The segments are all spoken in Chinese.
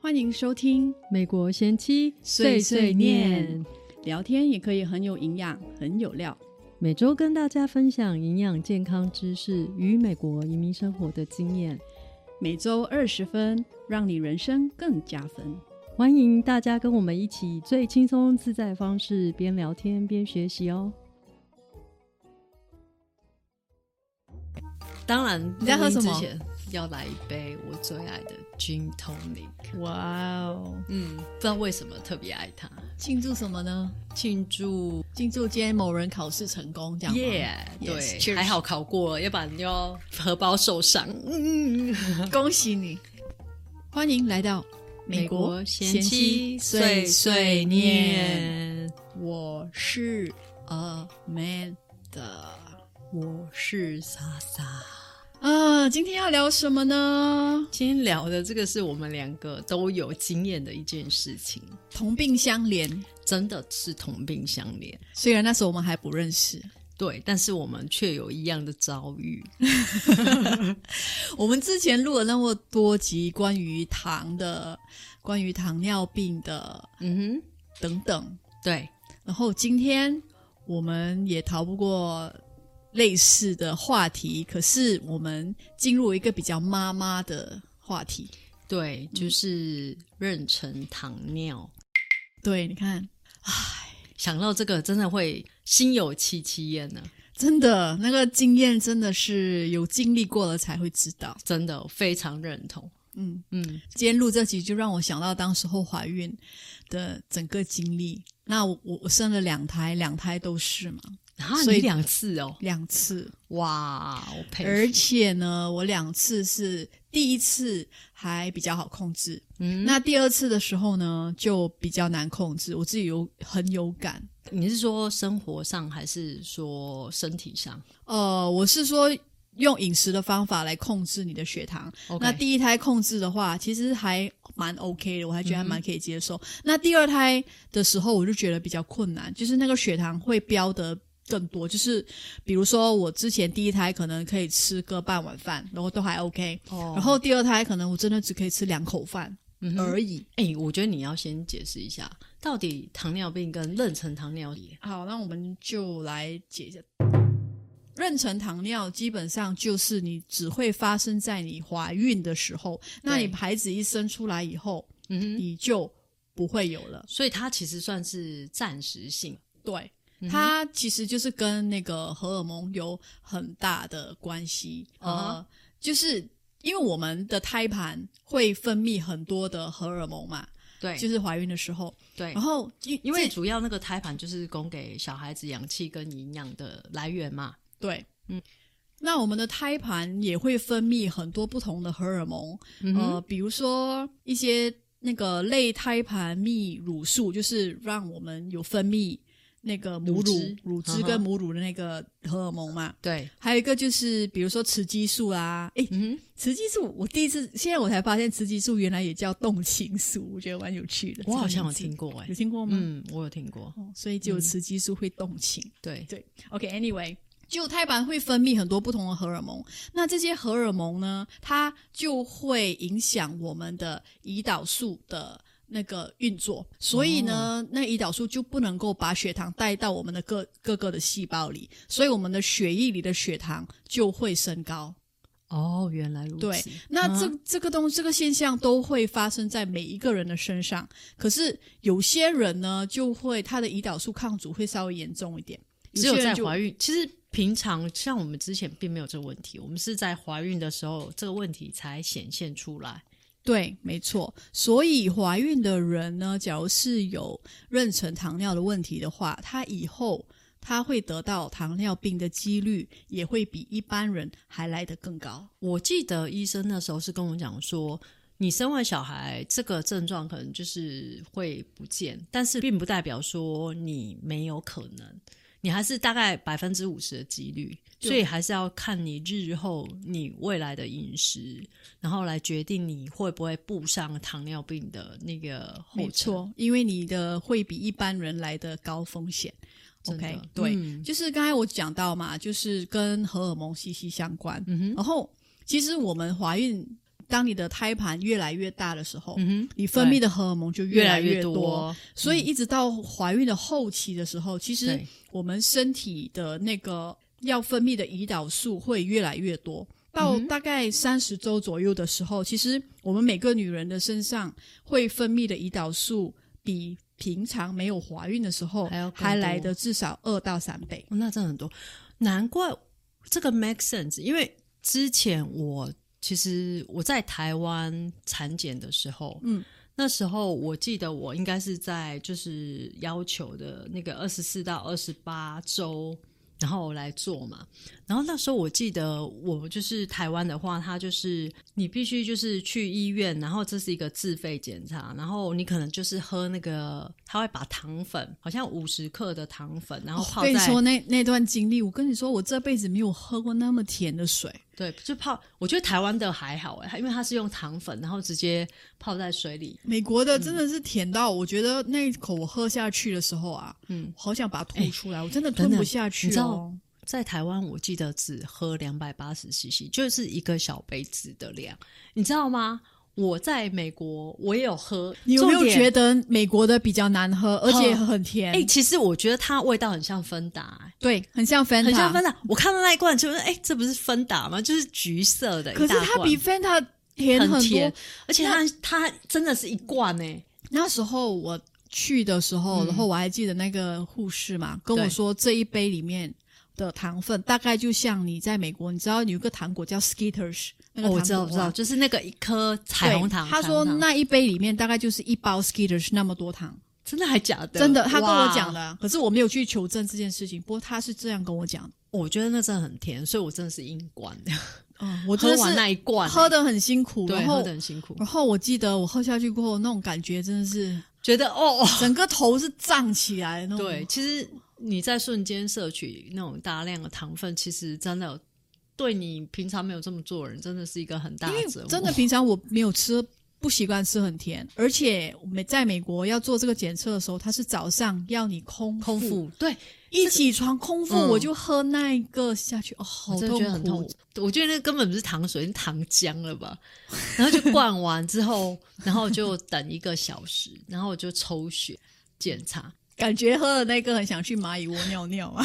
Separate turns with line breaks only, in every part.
欢迎收听《
美国贤妻
碎碎念》，聊天也可以很有营养，很有料。
每周跟大家分享营养健康知识与美国移民生活的经验，
每周二十分，让你人生更加分。
欢迎大家跟我们一起最轻松自在的方式边聊天边学习哦。
当然，
你在喝什么
录音之前要来一杯我最爱的 gin tonic。
哇哦！
嗯，不知道为什么特别爱它。
庆祝什么呢？
庆祝
庆祝今天某人考试成功，这样吗
耶
Yes,
对，
cheers
还好考过了，要不然就要荷包受伤。嗯，嗯嗯
恭喜你！
欢迎来到
美国
贤妻
妻
碎
碎
碎
碎
念
念，
我是
呃，
Man
的我是莎莎。
啊，今天要聊什么呢？
今天聊的这个是我们两个都有经验的一件事情，
同病相怜。
真的是同病相怜。
虽然那时候我们还不认识，
对，但是我们却有一样的遭遇。
我们之前录了那么多集关于糖的、关于糖尿病的
嗯
等等，
哼，对，
然后今天我们也逃不过类似的话题，可是我们进入一个比较妈妈的话题。
对，就是妊娠糖尿。
对，你看，
想到这个，真的会心有戚戚焉啊呢。
真的，那个经验真的是有经历过了才会知道。
真的我非常认同。
嗯，
嗯，
今天录这集就让我想到当时候怀孕的整个经历。那我我我生了两胎，两胎都是嘛，
啊，
所以
你两次哦，
两次，
哇，我佩服。
而且呢，我两次是第一次还比较好控制，
嗯，
那第二次的时候呢就比较难控制，我自己有很有感。
你是说生活上还是说身体上
呃，我是说用饮食的方法来控制你的血糖，
？OK，
那第一胎控制的话，其实还蛮 OK 的，我还觉得还蛮可以接受。那第二胎的时候，我就觉得比较困难，就是那个血糖会飙得更多，就是比如说我之前第一胎可能可以吃个半碗饭，然后都还 OK，、
哦
然后第二胎可能我真的只可以吃两口饭而已。
哎、我觉得你要先解释一下，到底糖尿病跟妊娠糖尿病
好，那我们就来解一下。妊娠糖尿基本上就是你只会发生在你怀孕的时候，那
对
你孩子一生出来以后，
嗯哼
你就不会有了。
所以它其实算是暂时性。嗯
对，它其实就是跟那个荷尔蒙有很大的关系。
啊
呃，就是因为我们的胎盘会分泌很多的荷尔蒙嘛，
对，
就是怀孕的时候，
对
然。后因
因为
这
主要那个胎盘就是供给小孩子氧气跟营养的来源嘛。
对，嗯。那我们的胎盘也会分泌很多不同的荷尔蒙，
嗯
呃，比如说一些那个类胎盘泌乳素，就是让我们有分泌那个母
乳
乳、
汁
乳汁
嗯哼
跟母乳的那个荷尔蒙嘛。
对，
还有一个就是，比如说雌激素啦，诶，
嗯
雌激素，我第一次，现在我才发现雌激素原来也叫动情素，我觉得蛮有趣的。
哼，我好像有
这个
听
名字，
过、欸，
有听过吗？
嗯，我有听过，
哦，所以就有雌激素会动情。
对，
对，OK，Anyway，、就胎盘会分泌很多不同的荷尔蒙，那这些荷尔蒙呢，它就会影响我们的胰岛素的。那个运作，所以呢，
哦
那胰岛素就不能够把血糖带到我们的各各个的细胞里，所以我们的血液里的血糖就会升高。
哦，原来如此，
对，那这、
啊
这个东这个现象都会发生在每一个人的身上，可是有些人呢，就会他的胰岛素抗阻会稍微严重一点，
只有
些人
在
就
怀孕，其实平常像我们之前并没有这个问题，我们是在怀孕的时候这个问题才显现出来。
对，没错。所以怀孕的人呢，假如是有妊娠糖尿的问题的话，他以后他会得到糖尿病的几率也会比一般人还来得更高。
我记得医生那时候是跟我讲说，你生完小孩这个症状可能就是会不见，但是并不代表说你没有可能，你还是大概百分之五十的几率，
对
所以还是要看你日后你未来的饮食，然后来决定你会不会步上糖尿病的那个后
没
尘，
错，因为你的会比一般人来的高风险。
真的
OK，对，
嗯
就是刚才我讲到
嗯
嘛，就是跟荷尔蒙息息相关。嗯哼，然后其实我们怀孕。当你的胎盘越来越大的时候，
嗯哼，
你分泌的荷尔蒙就
越
来
来
越
多，
所以一直到怀孕的后期的时候，其实
嗯对
我们身体的那个要分泌的胰岛素会越来越多。
嗯
到大概三十周左右的时候，其实我们每个女人的身上会分泌的胰岛素比平常没有怀孕的时候
还要更多
还来的至少二到三倍。
哦那真的很多，难怪这个 make sense。因为之前我其实我在台湾产检的时候，
嗯，
那时候我记得我应该是在就是要求的那个二十四到二十八周，然后来做嘛。然后那时候我记得我就是台湾的话，它就是你必须就是去医院，然后这是一个自费检查，然后你可能就是喝那个，他会把糖粉，好像五十克的糖粉，然后
我
泡在、
哦跟你说那那段经历，我跟你说，我这辈子没有喝过那么甜的水。
对，就泡。我觉得台湾的还好哎、因为它是用糖粉，然后直接泡在水里。
美国的
嗯
真的是甜到，我觉得那一口我喝下去的时候啊，
嗯，
好想把它吐出来，我真的
等
吞
等
不下
你
去
知
哦
道。在台湾，我记得只喝两百八十 CC，就是一个小杯子的量，你知道吗？我在美国，我也有喝。
你有没有
重点
觉得美国的比较难喝，而且很甜？
哎、其实我觉得它味道很像芬达、哎
对，很像 Fanta，
很像芬达。我看到那一罐就是，哎、这不是芬达吗？就是橘色的，
可
一
是
大
它
罐
比 Fanta 甜
很
多。
甜，而且它它真的是一罐哎、
那时候我去的时候，然后我还记得那个护士嘛，跟我
嗯对
说这一杯里面的糖分大概就像你在美国，你知道有一个糖果叫 Skitters，那个糖
哦，
果、
我知道，我知道，。就是那个一颗彩
对
虹糖。
他
彩
说
虹糖
那一杯里面大概就是一包 Skitters 那么多糖，
真的还假的？
真的，他跟我
哇
讲的啊，可是我没有去求证这件事情。不过他是这样跟我讲的，
我觉得那真的很甜，所以我真的是硬灌的。
嗯，我真
喝
的
完
是
那一罐，欸
喝的很辛苦，
对，
然
喝
后
的很辛苦，
然后我记得我喝下去过后，那种感觉真的 是
觉得哦，
整个头是胀起来的那种。
对，，其实你在瞬间摄取那种大量的糖分，其实真的对你平常没有这么做的人，真的是一个很大
因
的
为
折磨。
真的平常我没有吃，不习惯吃很甜，而且美在美国要做这个检测的时候，他是早上要你空
空
腹，
腹，对，
一起床空腹
嗯
我就喝那一个下去，哦，好
我真的
痛
觉得很痛
苦
苦。。我觉得那根本不是糖水，是糖浆了吧？然后就灌完之后，然后就等一个小时，然后我就抽血检查，
感觉喝了那个很想去蚂蚁窝尿尿啊！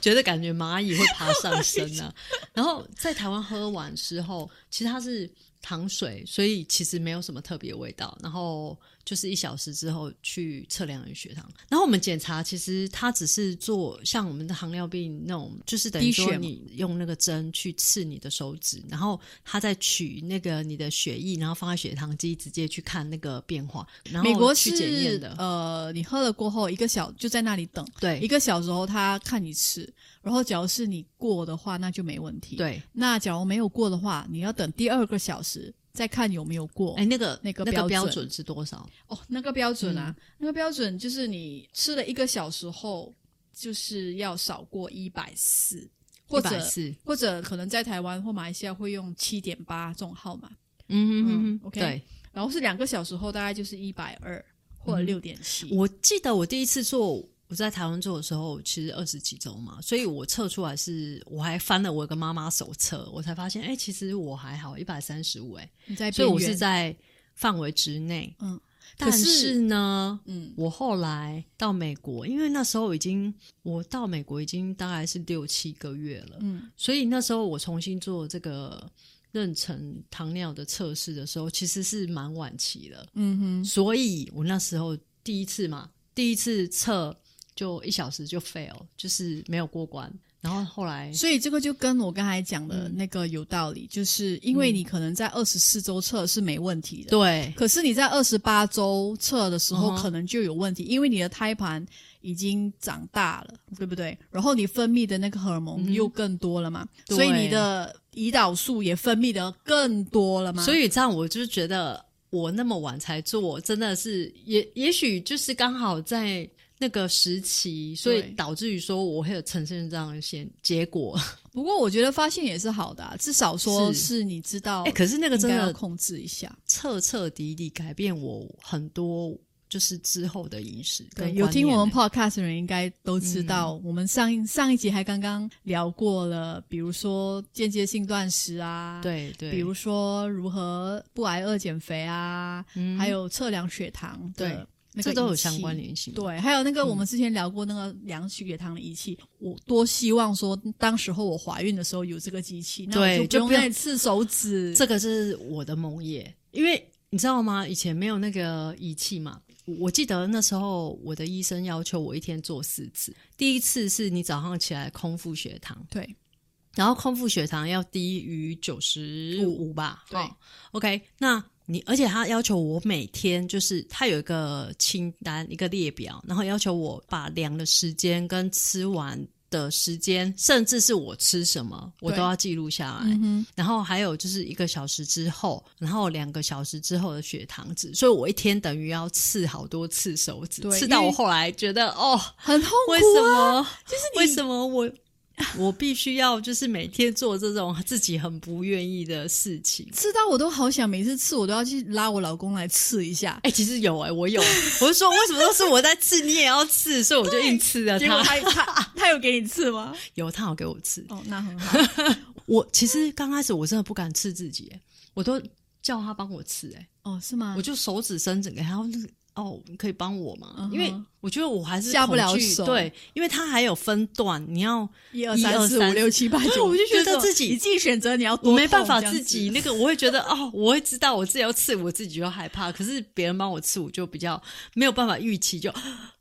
觉得感觉蚂蚁会爬上身啊。 然后在台湾喝完之后，其实它是糖水，所以其实没有什么特别味道。然后就是一小时之后去测量你血糖，然后我们检查，其实它只是做像我们的糖尿病那种，就是等于
滴血
说
嘛
你用那个针去刺你的手指，然后它再取那个你的血液，然后放在血糖机直接去看那个变化，然
美国
后去检验
是
的。
呃，你喝了过后一个小就在那里等，一
对
个小时后他看你吃，然后只要是你过的话，那就没问题。。
对，
那假如没有过的话，你要等第二个小时再看有没有过。
哎，那个
那个
那
标
个标
准
准是多少？
哦，那个标准
嗯
啊，那个标准就是你吃了一个小时后，就是要少过一百四，或者
是
或者可能在台湾或马来西亚会用七点八这种号码，
嗯哼
嗯
哼哼
，OK
对，
然后是两个小时后大概就是一百二或者
嗯
六点七。
我记得我第一次做，我在台湾做的时候，其实二十几周嘛，所以我测出来是，我还翻了我一个妈妈手册，我才发现，哎、其实我还好，一百三十五，哎，
你在
所
边
以
缘，
我是在范围之内。
哦嗯，
但
可是
是呢，
嗯
我后来到美国，因为那时候已经我到美国已经大概是六七个月了，
嗯，
所以那时候我重新做这个妊娠糖尿的测试的时候，其实是蛮晚期了。
嗯哼，
所以我那时候第一次嘛，第一次测就一小时就 fail，就是没有过关。然后后来
所以这个就跟我刚才讲的
嗯
那个有道理，就是因为你可能在二十四周测是没问题的，
对
可是你在二十八周测的时候
嗯哼
可能就有问题，因为你的胎盘已经长大了，对不对？然后你分泌的那个荷尔蒙又更多了嘛，
嗯对
所以你的胰岛素也分泌的更多了嘛。
所
以
以这样我就觉得我那么晚才做，真的是也也许就是刚好在那个时期，所以导致于说我会有呈现这样的现结果。
不过我觉得发现也是好的、啊，至少说
是
是你知道
哎、，可是那个
应
真
该要
的
控制一下。
彻彻底底改变我很多就是之后的饮食跟
对，有
观
听
念嗯
我们
欸
podcast 的人应该都知道，我们上一上一集还刚刚聊过了，比如说间接性断食啊，，
对对，
比如说如何不挨饿减肥啊，
嗯
还有测量血糖的
对
那个
这都有
仪器
相关。嗯联性。
对，还有那个我们之前聊过那个量血糖的仪器，我多希望说当时候我怀孕的时候有这个机器，那
对
我
就
就不
不
用
要
再刺手指。
这个是我的梦魇，因为你知道吗？以前没有那个仪器嘛。我我记得那时候我的医生要求我一天做四次，第一次是你早上起来空腹血糖，
对
然后空腹血糖要低于九十五吧？
对
哦、，OK，那。你而且他要求我每天就是他有一个清单一个列表，然后要求我把量的时间跟吃完的时间，甚至是我吃什么，我
对
都要记录下来。
嗯
然后还有就是一个小时之后，然后两个小时之后的血糖值，所以我一天等于要刺好多次手指，
对
刺到
因为
我后来觉得哦，
很痛苦、啊，
为什么？
就是你
为什么我我必须要就是每天做这种自己很不愿意的事情？
刺到我都好想每次刺我都要去拉我老公来刺一下，
哎、其实有哎、我有，我是说为什么都是我在刺，你也要刺，所以我就硬刺了
结果
他。
他他他有给你刺 吗？
有他有给我刺，
哦，那很好，
我其实刚开始我真的不敢刺自己、哎我都叫他帮我刺、哎。
哦是吗
我？就手指伸展给他，那个哦，你可以帮我吗？因为
嗯哼
我觉得我还是
下不
恐
了
惧
手
对，因为他还有分段，你要
一二
一
三
二
四
三
五六七八
对
九，
我就觉得
是
自己
你自己选择你要多
我
痛，
没办法
这样
自
子
己那个，我会觉得哦，我会知道我自己要刺我自己就害怕，可是别人帮我刺，我就比较没有办法预期就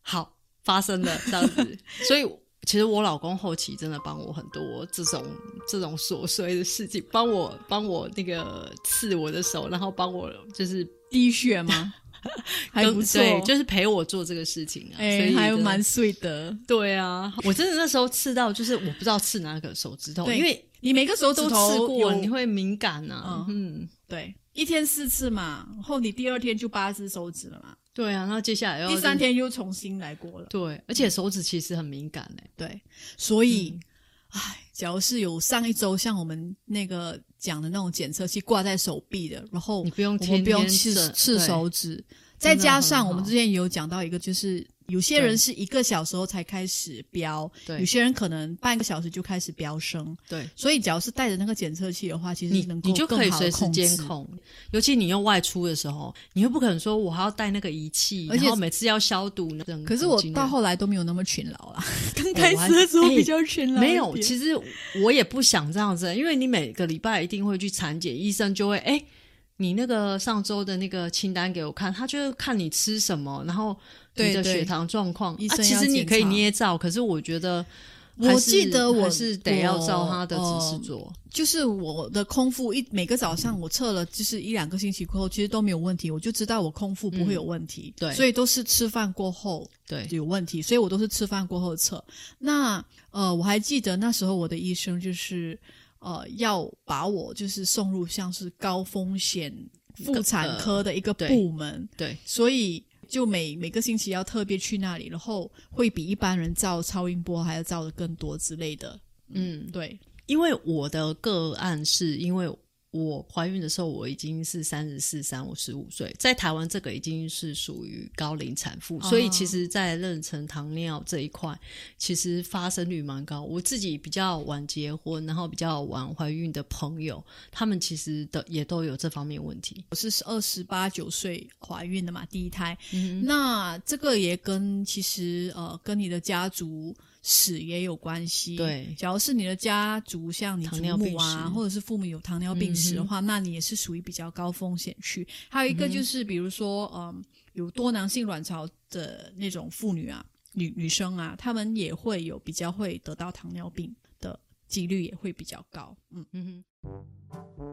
好发生了这样子，所以。其实我老公后期真的帮我很多这种这种琐碎的事情，帮我帮我那个刺我的手，然后帮我就是
滴血吗？ 还
跟
不错，
对，就是陪我做这个事情啊，所
哎
以，
还
真的
蛮 sweet 的。
对啊，我真的那时候刺到，就是我不知道刺哪个手指头，
对
因为
你每个手指
都
头
刺过，
有
你会敏感啊。嗯，
对一天四次嘛，然后你第二天就八只手指了嘛，
对啊，然后接下来又
第三，天又重新来过了。
对，而且手指其实很敏感欸嘞、
对，所以，
嗯
唉，假如是有上一周像我们那个讲的那种检测器挂在手臂的，然后
你不用
我们
天
不用
天
刺
整
刺
对
手指，
真
再
的
加
很
上我们
好
之前有讲到一个，就是有些
对
人是一个小时后才开始飙，
对
有些人可能半个小时就开始飙升，
对，
所以只要是带着那个检测器的话，其
你
实能够
你就可以
更好地
随时
控
监
制。
控，尤其你用外出的时候，你又不可能说我还要带那个仪器，
而且
然后每次要消毒呢。
可是我
很惊人
到后来都没有那么勤劳啦， 刚
哎
开
我还
始的时候
哎
比较勤劳一
没
点、
有，其实我也不想这样子，因为你每个礼拜一定会去产检，医生就会哎、你那个上周的那个清单给我看，他就是看你吃什么，然后你
对
的
对
血糖状况。
医
啊，
生
其
要
实你
检
可以
查
捏造，可是我觉得
我
还是。
记得我
还是得要照
我
他的指示
呃
做，
就是我的空腹一每个早上我测了，就是一两个星期过后，其实都没有问题，我就知道我空腹不会有问题。
对
所以都是吃饭过后
对
有问题，所以我都是吃饭过后测。那呃，我还记得那时候我的医生就是呃要把我就是送入像是高风险妇产科的一个
呃对
部门，
对
所以。就每每个星期要特别去那里，然后会比一般人照超音波还要照的更多之类的。
嗯，
对，
因为我的个案是因为我怀孕的时候我已经是三十四、三五十五岁，在台湾这个已经是属于高龄产妇，所以其实，在妊娠糖尿这一块，其实发生率蛮高。我自己比较晚结婚，然后比较晚怀孕的朋友，他们其实的也都有这方面问题。
我是二十八九岁怀孕的嘛，第一胎。
嗯
那这个也跟其实呃跟你的家族史也有关系。
对
假如是你的家族像你
糖
祖
尿病
母啊，
史嗯
或者是父母有糖尿病史的话，那你也是属于比较高风险区。还有一个就是比如说嗯、有多囊性卵巢的那种妇女啊，女女生啊，她们也会有比较会得到糖尿病的几率也会比较高。嗯。
嗯哼。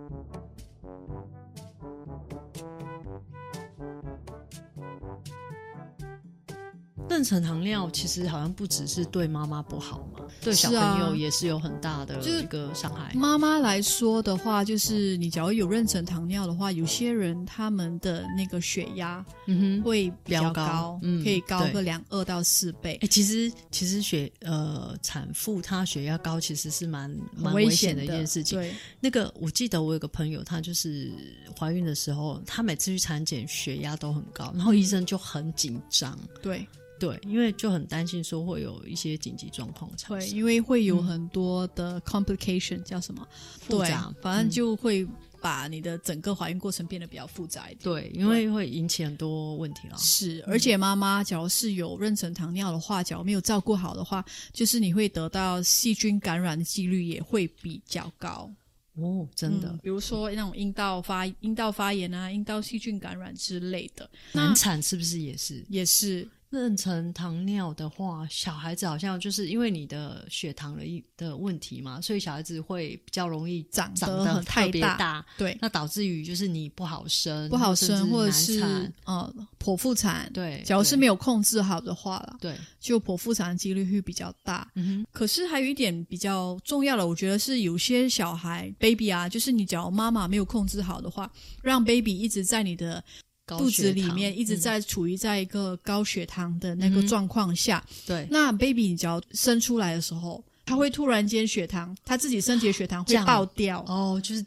妊娠糖尿其实好像不只是对妈妈不好嘛，对小
是啊
朋友也是有很大的
就是
一个伤害。
妈妈来说的话，就是你假如有妊娠糖尿的话，有些人他们的那个血压
嗯哼，
会比较
比较高嗯
可以高
对
个两二到四倍
哎、。其实其实血呃产妇她血压高其实是蛮蛮
很
危
险
的一件事情。
对，
那个我记得我有个朋友，她就是怀孕的时候，她每次去产检血压都很高，然后医生就很紧张，
对，
对，因为就很担心说会有一些紧急状况产
对，
生。
因为会有很多的 complication，、叫什么？
嗯复
对
杂，
反正
嗯
就会把你的整个怀孕过程变得比较复杂一点。
对，因为会引起很多问题啦。
是，而且妈妈假如是有妊娠糖尿的话，假如没有照顾好的话，就是你会得到细菌感染的几率也会比较高。
哦，真的
嗯，比如说那种阴道发阴道发炎啊、阴道细菌感染之类的，那
难产是不是也是？
也是
妊娠糖尿的话，小孩子好像就是因为你的血糖的一的问题嘛，所以小孩子会比较容易
长
长
得
得
很
特
太
别
大
大，
对
那导致于就是你不好生，
不好生，或者
甚至
是
难产
呃剖腹产。，
对，
假如是没
有
有控制好的话啦，
对，
就剖腹产的几率会比较大。
嗯哼，
可是还有一点比较重要的，我觉得是有些小孩 baby 啊，就是你只要妈妈没有控制好的话，让 baby 一直在你的
高
肚
血
子里
糖
面一直
嗯
在处于在一个高血糖的那个
嗯
状况下，
对
那 baby 你只要生出来的时候，他会突然间血糖，他自己身体的血糖会
降
爆掉，
哦，就是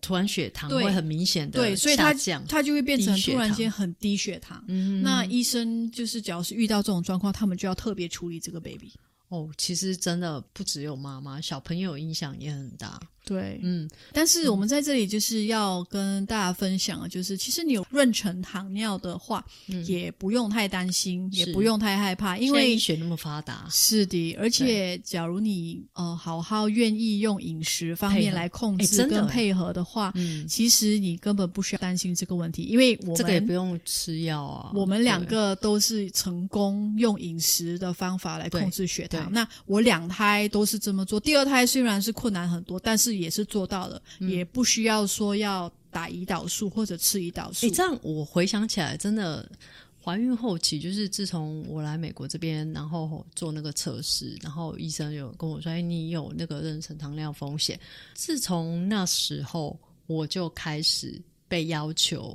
突然血糖
对
会很明显的
对，所以他
降，
他就会变成
低血
突然
糖
间很低血糖。
嗯哼
那医生就是，只要是遇到这种状况，他们就要特别处理这个 baby。
哦，其实真的不只有妈妈，小朋友影响也很大，
对，
嗯，
但是我们在这里就是要跟大家分享的，啊就是其实你有妊娠糖尿的话，
嗯
也不用太担心，也
是
不用太害怕，因
现在
为
医学那么发达，
是的，而且假如你呃好好愿意用饮食方
配
面
合
来控
诶
制
真的哎
跟
诶
配合的话，
嗯，
其实你根本不需要担心这个问题，因为我们
这个也不用吃药啊。
我们两
对
个都是成功用饮食的方法来控制血糖
对。
那我两胎都是这么做，第二胎虽然是困难很多，但是也是做到了，
嗯
也不需要说要打胰岛素或者吃胰岛素
诶，。这样我回想起来，真的怀孕后期，就是自从我来美国这边，然后做那个测试，然后医生有跟我说：“哎，你有那个妊娠糖尿风险。”自从那时候，我就开始被要求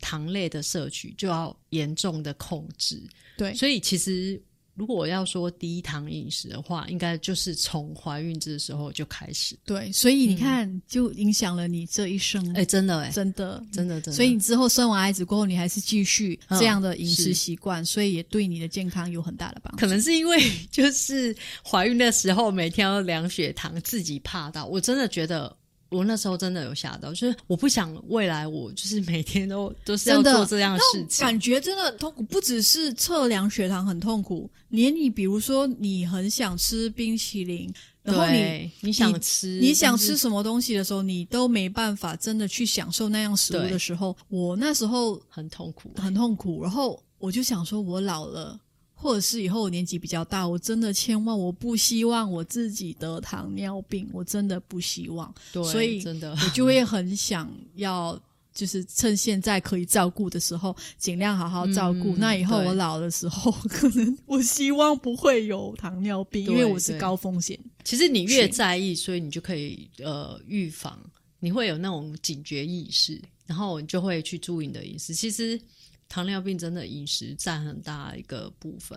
糖类的摄取就要严重的控制。
对
所以其实。如果我要说低糖饮食的话，应该就是从怀孕这时候就开始。
对，所以你看，就影响了你这一生，
嗯哎、真的哎、
真的。
真的真的。
所以你之后生完孩子过后，你还是继续
嗯
这样的饮食
是
习惯，所以也对你的健康有很大的帮助。
可能是因为就是怀孕的时候每天要量血糖，自己怕到，我真的觉得。我那时候真的有吓到，就是我不想未来我就是每天都都是要
真的
做这样的事情，
感觉真的很痛苦，不只是测量血糖很痛苦，连你比如说你很想吃冰淇淋，然后你
对你想吃
你想吃
但是
什么东西的时候，你都没办法真的去享受那样食物
对
的时候，我那时候
很痛苦，
很痛苦，然后我就想说，我老了。或者是以后我年纪比较大，我真的千万我不希望我自己得糖尿病，我真的不希望，
对，
所以
真的
我就会很想要，就是趁现在可以照顾的时候，尽量好好照顾。
嗯
那以后
对
我老的时候，可能我希望不会有糖尿病，因为
对
我是
对
高风险。
其实你越在意，所以你就可以呃预防，你会有那种警觉意识，然后你就会去注意你的饮食。其实糖尿病真的饮食占很大一个部分，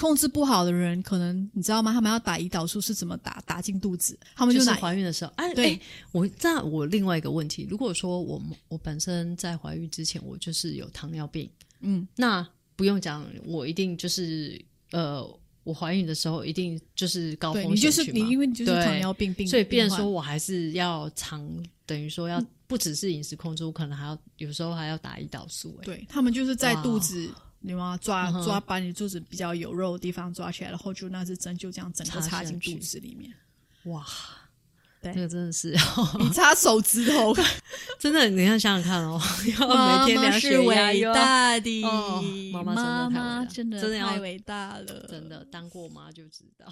控制不好的人，可能你知道吗？他们要打胰岛素是怎么打？打进肚子，他们
就是
拿。
怀孕的时候，哎，
哦对
哎我那我另外一个问题，如果说我我本身在怀孕之前，我就是有糖尿病，
嗯，
那不用讲，我一定就是呃，我怀孕的时候一定就是高
对
风
你
险
就是
群
你，
嘛
因为你就是
对
糖尿病病，
所以变成
病
说
患嗯
我还是要常，等于说要不只是饮食控制，我可能还要有时候还要打胰岛素、哎，
对他们就是在
哇
肚子。你妈抓
嗯哼
抓把你肚子比较有肉的地方抓起来，然后就那支针就这样整个
插
插
下
进
去
肚子里面，
哇，
对
那个真的是，
比插手指头
真的，你要想想看哦，要每天量血压，又要
的
哦妈妈
妈
真的太伟大
妈真的
真的要
太伟大了，
真。的当过妈就知道。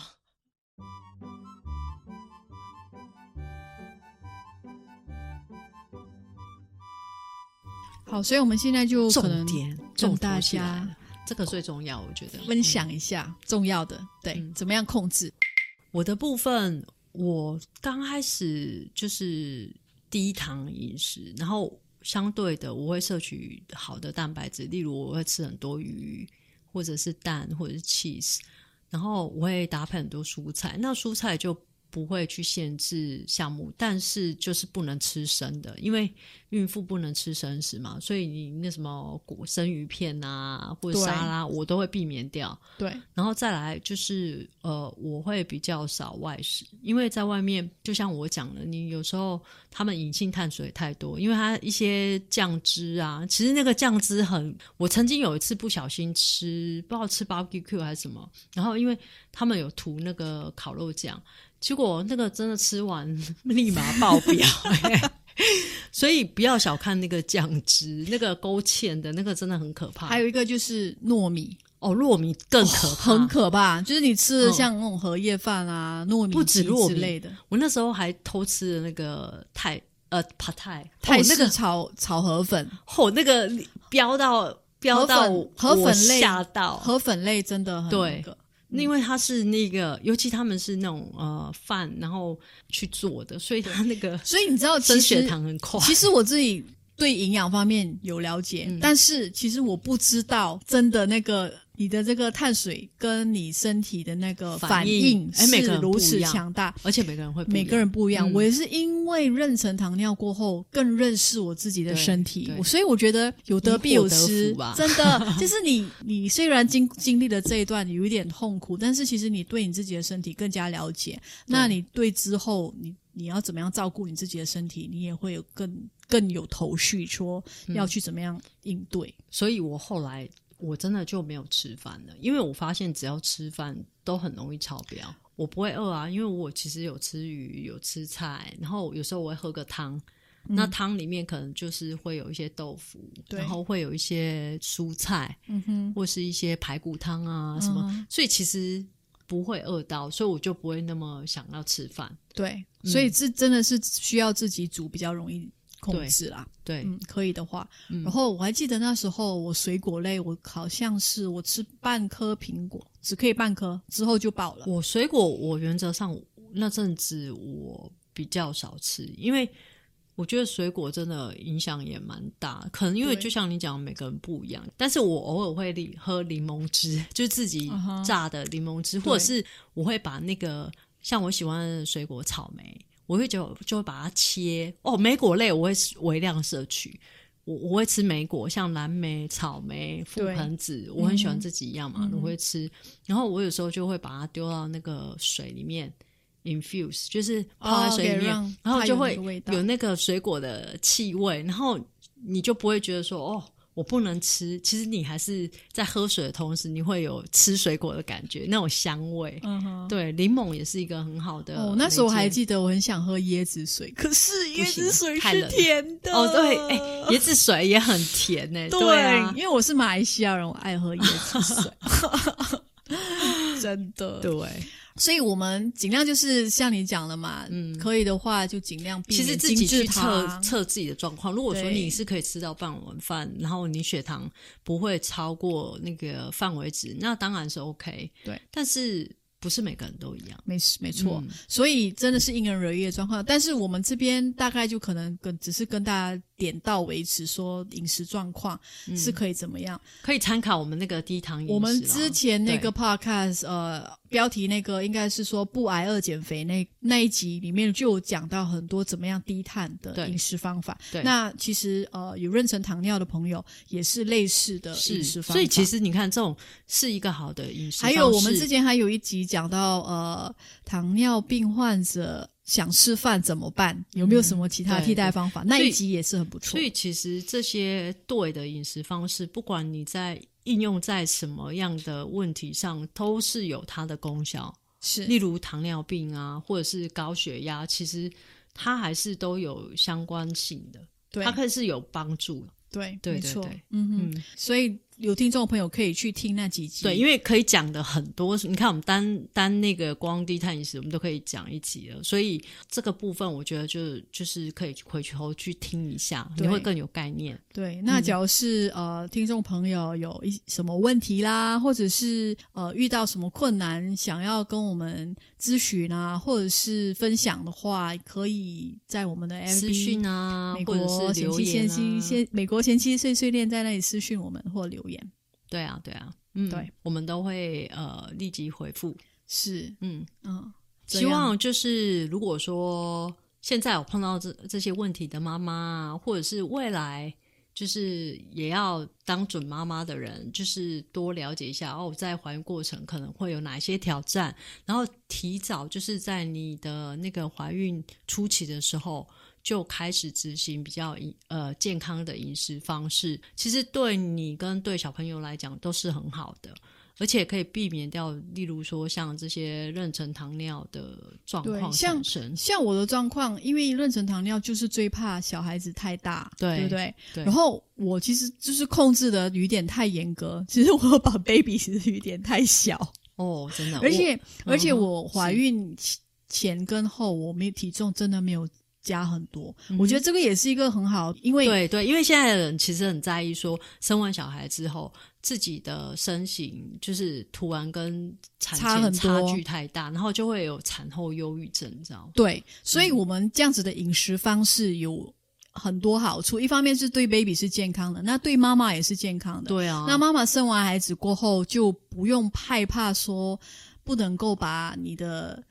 好，所以我们现在就可能
重点，
跟
重
大
大家
家
这个最重要，我觉得
分享一下重要的，对
嗯
怎么样控制。
我的部分，我刚开始就是低糖饮食，然后相对的我会摄取好的蛋白质，例如我会吃很多鱼，或者是蛋，或者是 cheese，然后我会搭配很多蔬菜。那蔬菜就不会去限制项目，但是就是不能吃生的，因为孕妇不能吃生食嘛，所以你那什么果生鱼片啊，或者
对
沙拉，我都会避免掉。
对，
然后再来就是呃，我会比较少外食，因为在外面，就像我讲的，你有时候他们隐性碳水太多，因为它一些酱汁啊，其实那个酱汁很，我曾经有一次不小心吃，不知道吃 barbecue 还是什么，然后因为他们有涂那个烤肉酱，结果那个真的吃完立马爆表、欸 所以不要小看那个酱汁，那个勾芡的那个真的很可怕。
还有一个就是糯米，
哦，糯米更可怕，
很可怕，就是你吃的
嗯
像那种荷叶饭啊、糯米
不止
鸡
糯
之
米哦
类的，
我那时候还偷吃了那个泰呃帕泰
泰
哦那
式
个
炒炒河粉，
哦那个飙到飙
河
到
粉河
我
粉类
吓到，
河粉类真的很
哦对
那个
因为它是那个尤其他们是那种呃饭然后去做的，所以它那个
所以你知道，其
升血
实
糖很快。
其实我自己对营养方面有了解，
嗯
但是其实我不知道真的那个你的这个碳水跟你身体的那个
反
反
应
应
哎每
是
个人
如
不
此
一样
强大。
而且每个人会不一样
每个人不一样，
嗯
我也是因为妊娠糖尿过后，更认识我自己的身体
对，对
所以我觉得有得必有
因祸得
失
福吧，
真 的就是你你虽然经经历了这一段有一点痛苦，但是其实你对你自己的身体更加了解，那你对之后你你要怎么样照顾你自己的身体，你也会有更更有头绪，说
嗯
要去怎么样应对。
所以我后来我真的就没有吃饭了，因为我发现只要吃饭都很容易超标。我不会饿啊，因为我其实有吃鱼，有吃菜，然后有时候我会喝个汤。那汤里面可能就是会有一些豆腐，
对
然后会有一些蔬菜，
嗯哼，
或是一些排骨汤啊什么，所以其实不会饿到，所以我就不会那么想要吃饭。
对，
嗯
所以这真的是需要自己煮比较容易控制啦。
对，
嗯，可以的话，然后我还记得那时候我水果类，我好像是我吃半颗苹果，只可以半颗，之后就饱了。
我水果，我原则上那阵子我比较少吃，因为我觉得水果真的影响也蛮大。可能因为
对
就像你讲，每个人不一样，但是我偶尔会喝喝柠檬汁， 就自己
嗯哼
榨的柠檬汁，或者是我会把那个像我喜欢的水果草莓，我会就就会把它切哦，莓果类我会微量摄取。我我会吃莓果，像蓝莓、草莓、覆
对
盆子，我很喜欢这几样
嗯
嘛，我会吃。然后我有时候就会把它丢到那个水里面 infuse，就是泡在水里面，
哦，OK，让
然后
它
就
有
会
那个味道
有那个水果的气味，然后你就不会觉得说哦。我不能吃，其实你还是在喝水的同时，你会有吃水果的感觉，那种香味。
嗯哼。
对，柠檬也是一个很好的媒介。
哦，那时候我还记得我很想喝椰子水，可是椰子水
太冷
是
了
甜的。
哦，对，哎、椰子水也很甜呢、
对，
对啊
因为我是马来西亚人，我爱喝椰子水， 真的。
对，
所以我们尽量就是像你讲的嘛，嗯，可以的话就尽量避
其
免
实自己
精
去
致
测
糖
测自己的状况。如果说
对
你是可以吃到半碗饭，然后你血糖不会超过那个范围值，那当然是 OK。
对，
但是不是每个人都一样。嗯
没事，没错，所以真的是因人而异的状况。但是我们这边大概就可能跟只是跟大家点到为止，说饮食状况是可以怎么样。
可以参考我们那个低嗯糖饮食啦。
我们之前那个
对
podcast 呃标题那个应该是说不挨饿减肥那那一集里面就有讲到很多怎么样低碳
对
的饮食方法。
对
那其实呃有妊娠糖尿的朋友也是类似的饮食
是，
方法。
所以其实你看，这种是一个好的饮食方
还
式。
有我们之前还有一集讲到呃，糖尿病患者想吃饭怎么办？有没有什么其他
嗯对
替代方法？那
所以
一集也是很不错
所。以其实这些对的饮食方式，不管你在应用在什么样的问题上，都是有它的功效。
是
例如糖尿病啊，或者是高血压，其实它还是都有相关性的，
对
它可以是有帮助的。
对，
对
没
对
错
对，
嗯哼。所以有听众朋友可以去听那几集，
对，因为可以讲的很多。你看，我们单单那个光低碳饮食，我们都可以讲一集了。所以这个部分，我觉得就就是可以回去后去听一下，你
对
会更有概念。
对，那
嗯
假如是、呃，听众朋友有一什么问题啦，或者是呃遇到什么困难，想要跟我们咨询啊，或者是分享的话，可以在我们的 FB
私讯啊
美，
或者
国
是
贤
留
妻贤
言
妻
啊，
先美国贤妻碎碎念在那里私讯我们或留言。
对啊，对啊，嗯，
对，
我们都会呃立即回复。
是，
嗯，
嗯，这
希
样
望就是如果说现在有碰到这这些问题的妈妈，或者是未来就是也要当准妈妈的人，就是多了解一下哦，在怀孕过程可能会有哪些挑战，然后提早就是在你的那个怀孕初期的时候。就开始执行比较饮呃健康的饮食方式，其实对你跟对小朋友来讲都是很好的。而且可以避免掉，例如说像这些妊娠糖尿的状况
对像
产生。
像我的状况，因为妊娠糖尿就是最怕小孩子太大，
对
不对？
对
然后我其实就是控制的有点太严格，其实我把 baby 其实有点太小，
哦，真的，
而且
我
而且
嗯哼
我怀孕前前跟后，我没体重真的没有加很多，我觉得这个也是一个很好，因
我
为
嗯对对，因为现在的人其实很在意说，生完小孩之后自己的身形就是突然跟产
差很
前差
多
距太大，然后就会有产后忧郁症，你知道吗？
对，所
嗯
以我们这样子的饮食方式有很多好处，一方面是对 baby 是健康的，那对妈妈也是健康的。
对啊，
那妈妈生完孩子过后，就不用害怕说不能够把你的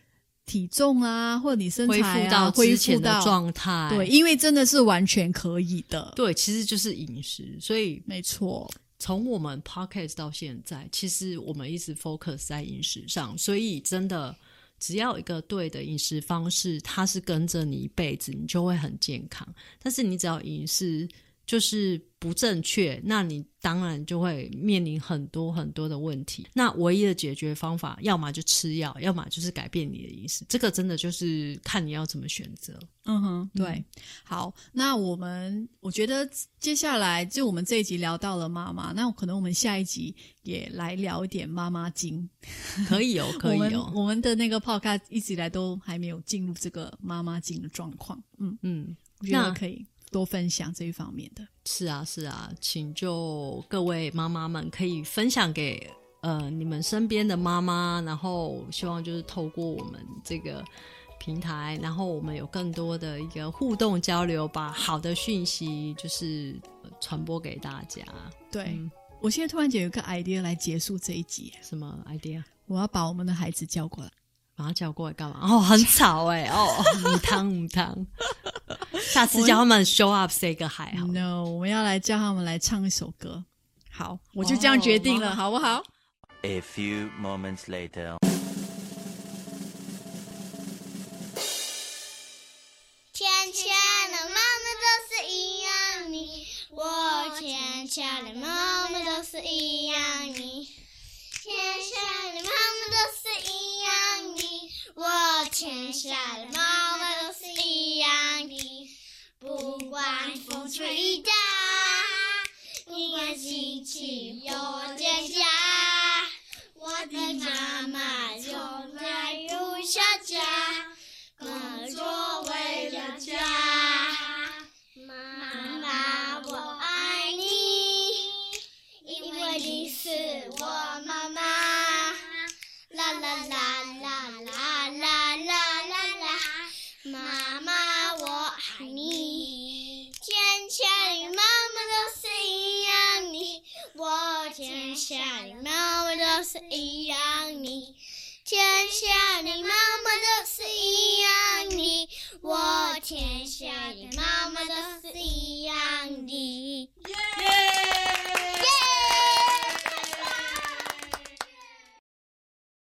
体重啊，或者你身
恢
材
复
啊
到
恢
之
复
前的
到
状态，
对，因为真的是完全可以的。
对，其实就是饮食，所以
没错，
从我们 podcast 到现在，其实我们一直 focus 在饮食上，所以真的只要有一个对的饮食方式，它是跟着你一辈子，你就会很健康。但是你只要饮食就是不正确，那你当然就会面临很多很多的问题。那唯一的解决方法，要么就吃药，要么就是改变你的饮食。这个真的就是看你要怎么选择。
嗯哼，对，好，那我们我觉得接下来就我们这一集聊到了妈妈，那可能我们下一集也来聊一点妈妈经。
可 以哦，可
我们
以哦，
我们的那个 podcast 一直以来都还没有进入这个妈妈经的状况，嗯，
嗯。
我觉得
那
可以多分享这一方面的。
是啊，是啊，请就各位妈妈们可以分享给呃你们身边的妈妈，然后希望就是透过我们这个平台，然后我们有更多的一个互动交流，把好的讯息就是呃传播给大家。
对，
嗯
我现在突然间有一个 idea 来结束这一集，
什么 idea？
我要把我们的孩子叫过来。
把他叫过来干嘛？哦，很吵哎、哦，母汤母汤， 下次叫他们 show up say 个嗨好了。
No，我们要来叫他们来唱一首歌。好，我就这
哦
样决定了，
哇
好不好？
A few moments later.
牵强的妈妈都是一样你，我牵强的妈妈都是一样你，牵强的妈妈都是一样你，我牵强的妈妈都是一样你，不管风吹大，不管心情有点假，我的妈妈从来不下家。工作为了家，妈妈我爱你，因为你是我妈妈。啦啦啦啦啦啦啦啦啦，妈妈我爱你。天下的妈妈都是一样的，我天下的妈妈都是一样的。天下的妈妈都是一样的，我天下的妈妈都是一样的。